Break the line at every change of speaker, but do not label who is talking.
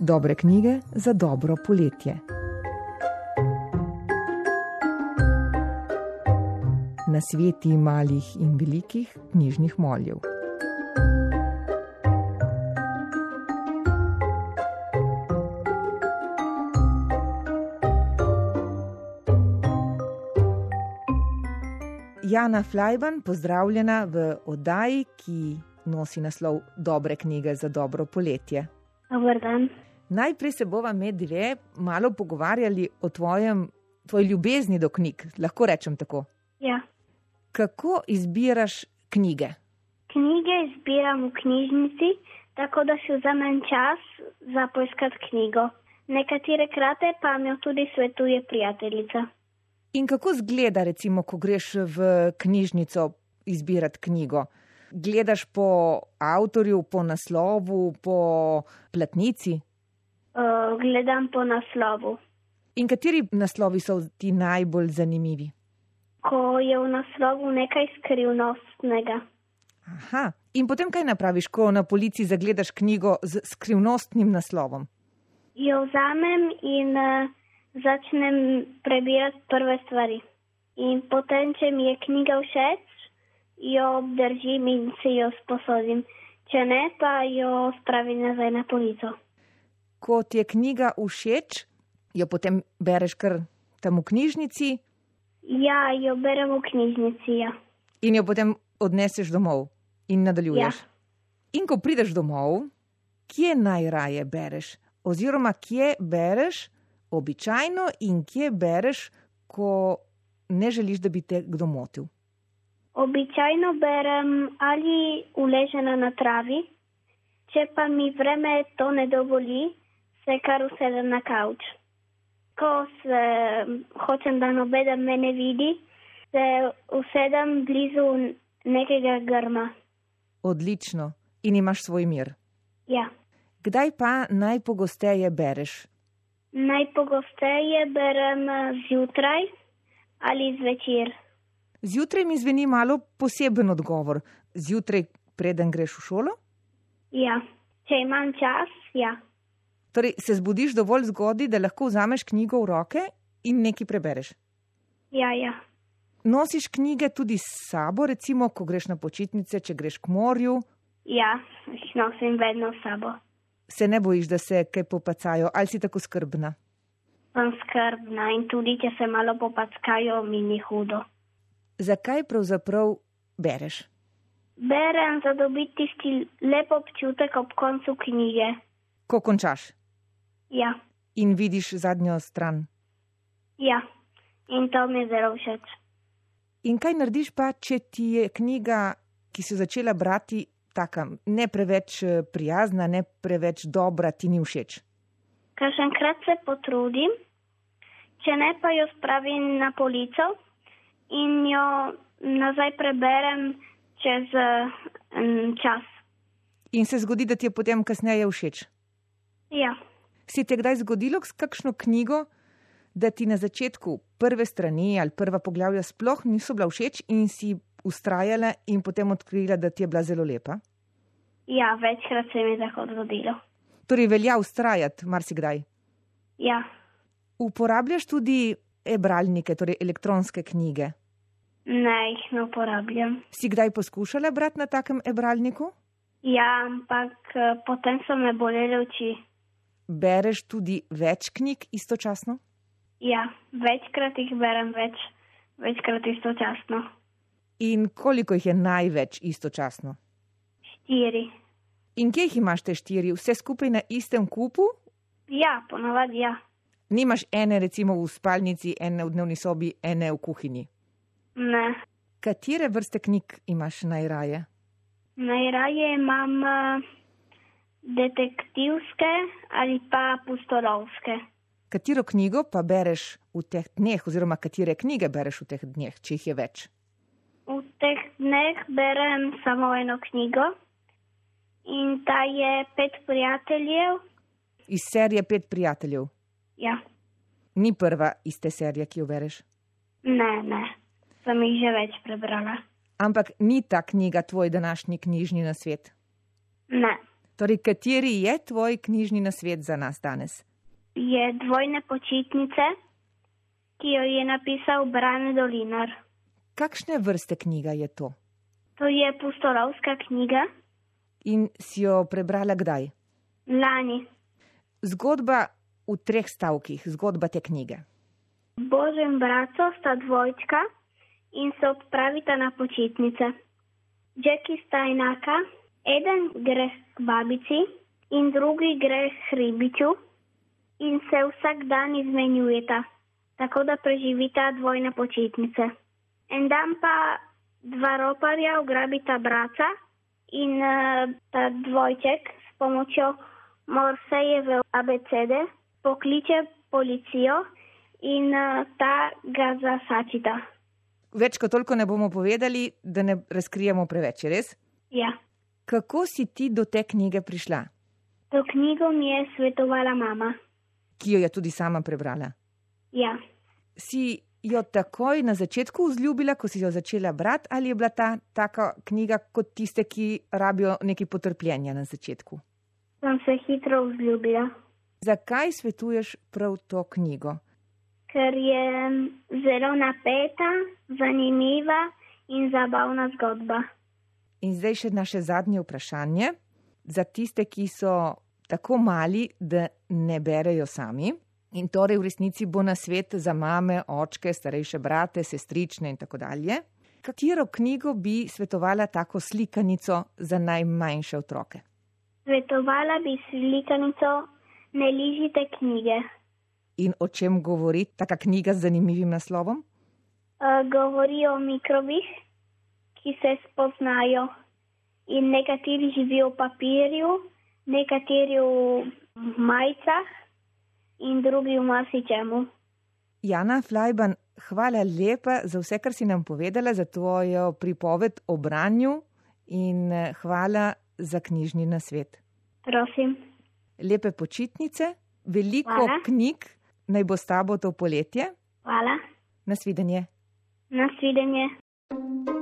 Dobre knjige za dobro poletje. Na sveti malih in velikih knjižnih moljev. Jana Flajban, pozdravljena v oddaji, ki nosi naslov Dobre knjige za dobro poletje.
Dobar dan.
Najprej se bova med dve malo pogovarjali o tvojem, tvoji ljubezni do knjig, lahko rečem tako.
Ja.
Kako izbiraš knjige?
Knjige izbiram v knjižnici, tako da si vzamem čas za poiskat knjigo. Nekatere krate pa mi jo tudi svetuje prijateljica.
In kako zgleda, recimo, ko greš v knjižnico izbirati knjigo? Gledaš po avtorju, po naslovu, po platnici?
Uh, gledam po naslovu.
In kateri naslovi so ti najbolj zanimivi?
Ko je v naslovu nekaj skrivnostnega,
Aha. In potem kaj napraviš, ko na polici zagledaš knjigo z skrivnostnim naslovom?
jo vzamem in uh, začnem prebirati prve stvari. In potem, če mi je knjiga všeč, jo obdržim in si jo sposodim. Če ne, pa jo spravim nazaj na polico.
Ko ti je knjiga všeč, jo potem bereš kar tam v knjižnici
Ja, jo berem v knjižnici. Ja.
in jo potem odneseš domov in nadaljuješ.
Ja.
In ko prideš domov, kje najraje bereš? Oziroma, kje bereš običajno in kje bereš, ko ne želiš, da bi te kdo motil?
Običajno berem ali uležena na travi, če pa mi vreme to ne dovoli, se kar usedem na kavč. Ko se hočem, da nobeden me ne vidi, se usedem blizu nekega grma.
Odlično in imaš svoj mir.
Ja.
Kdaj pa najpogosteje bereš?
Najpogosteje berem eh, zjutraj ali zvečer.
Zjutraj mi zveni malo poseben odgovor. Zjutraj, preden greš v šolo?
Ja. Če imam čas, ja.
Torej, se zbudiš dovolj zgodaj, da lahko vzameš knjigo v roke in nekaj prebereš.
Ja, ja.
Nosiš knjige tudi s sabo, recimo, ko greš na počitnice, če greš k morju,
Ja, jih nosim vedno s sabo.
se ne bojiš, da se kaj popacajo, ali si tako skrbna.
Sem skrbna in tudi, če se malo popackajo, mi ni hudo.
Zakaj pravzaprav bereš?
Berem za dobiti tisti lep občutek ob koncu knjige.
Ko končaš
Ja,
in vidiš zadnjo stran.
ja. In to mi je zelo všeč.
In kaj narediš pa, če ti je knjiga, ki si jo začela brati, taka ne preveč eh, prijazna, ne preveč dobra, ti ni všeč?
Kašenkrat se potrudim, če ne pa jo spravim na polico in jo nazaj preberem čez eh, en čas.
In se zgodi, da ti je potem kasneje všeč.
Ja,
Si te kdaj zgodilo s kakšno knjigo, da ti na začetku prve strani ali prva poglavja sploh niso bila všeč in si ustrajala in potem odkrila, da ti je bila zelo lepa?
ja večkrat se mi je tako zgodilo.
Torej, velja ustrajati marsikdaj.
Ja,
Uporabljaš tudi e-bralnike, torej elektronske knjige.
ne jih ne uporabljam.
Si kdaj poskušala brati na takem e-bralniku?
Ja, ampak eh, potem so me bolele oči.
Bereš tudi več knjig istočasno?
Ja, večkrat jih berem več, večkrat istočasno.
In koliko jih je največ istočasno?
Štiri.
In kje jih imaš te štiri, vse skupaj na istem kupu?
Ja, ponavadi ja.
Nimaš ene recimo v spalnici, ene v dnevni sobi, ene v kuhinji.
Ne.
Katere vrste knjig imaš najraje?
Najraje imam eh, detektivske ali pa pustolovske.
Katero knjigo pa bereš v teh dneh, oziroma katere knjige bereš v teh dneh, če jih je več?
V teh dneh berem samo eno knjigo in ta je Pet prijateljev.
Iz serije Pet prijateljev.
Ja,
Ni prva iz te serije, ki jo bereš.
ne, ne, sem jih že več prebrala.
Ampak ni ta knjiga tvoj današnji knjižni nasvet.
Ne,
Torej, kateri je tvoj knjižni nasvet za nas danes?
je dvojne počitnice, ki jo je napisal Brane Dolinar.
Kakšne vrste knjiga je to?
To je pustolovska knjiga
In si jo prebrala kdaj?
lani.
Zgodba v treh stavkih, zgodba te knjige.
Božem braco sta dvojčka in se odpravita na počitnice. Jacki sta enaka, eden gre k babici in drugi gre k ribiču in se vsak dan izmenjujeta, tako da preživita dvojne počitnice. En dan pa dva roparja ugrabita braca in uh, ta dvojček s pomočjo Morsejeve abecede pokliče policijo in uh, ta ga zasačita.
Več kot toliko ne bomo povedali, da ne razkrijemo preveč, je res?
Ja.
Kako si ti do te knjige prišla,
To knjigo mi je svetovala mama.
ki jo je tudi sama prebrala?
Ja.
Si jo takoj na začetku vzljubila, ko si jo začela brati, ali je bila ta taka knjiga kot tiste, ki rabijo nekaj potrpljenja na začetku?
Sem se hitro vzljubila,
Zakaj svetuješ prav to knjigo?
ker je mm, zelo napeta, zanimiva in zabavna zgodba.
In zdaj še naše zadnje vprašanje za tiste, ki so tako mali, da ne berejo sami. In torej v resnici bo na svet za mame, očke, starejše brate, sestrične in tako dalje. Katero knjigo bi svetovala tako slikanico za najmanjše otroke?
Svetovala bi slikanico Ne ližite knjige. E,
In o čem govori taka knjiga z zanimivim naslovom?
E, Govori o mikrobih, ki se spoznajo in nekateri živijo v papirju, nekateri v majicah in drugi v marsičemu.
Jana Flajban, hvala lepa za vse, kar si nam povedala, za tvojo pripoved o branju in eh, hvala za knjižni nasvet.
Prosim.
Lepe počitnice, veliko
Hvala.
knjig, naj bo s tabo to poletje.
Hvala.
Nasvidenje.
Nasvidenje.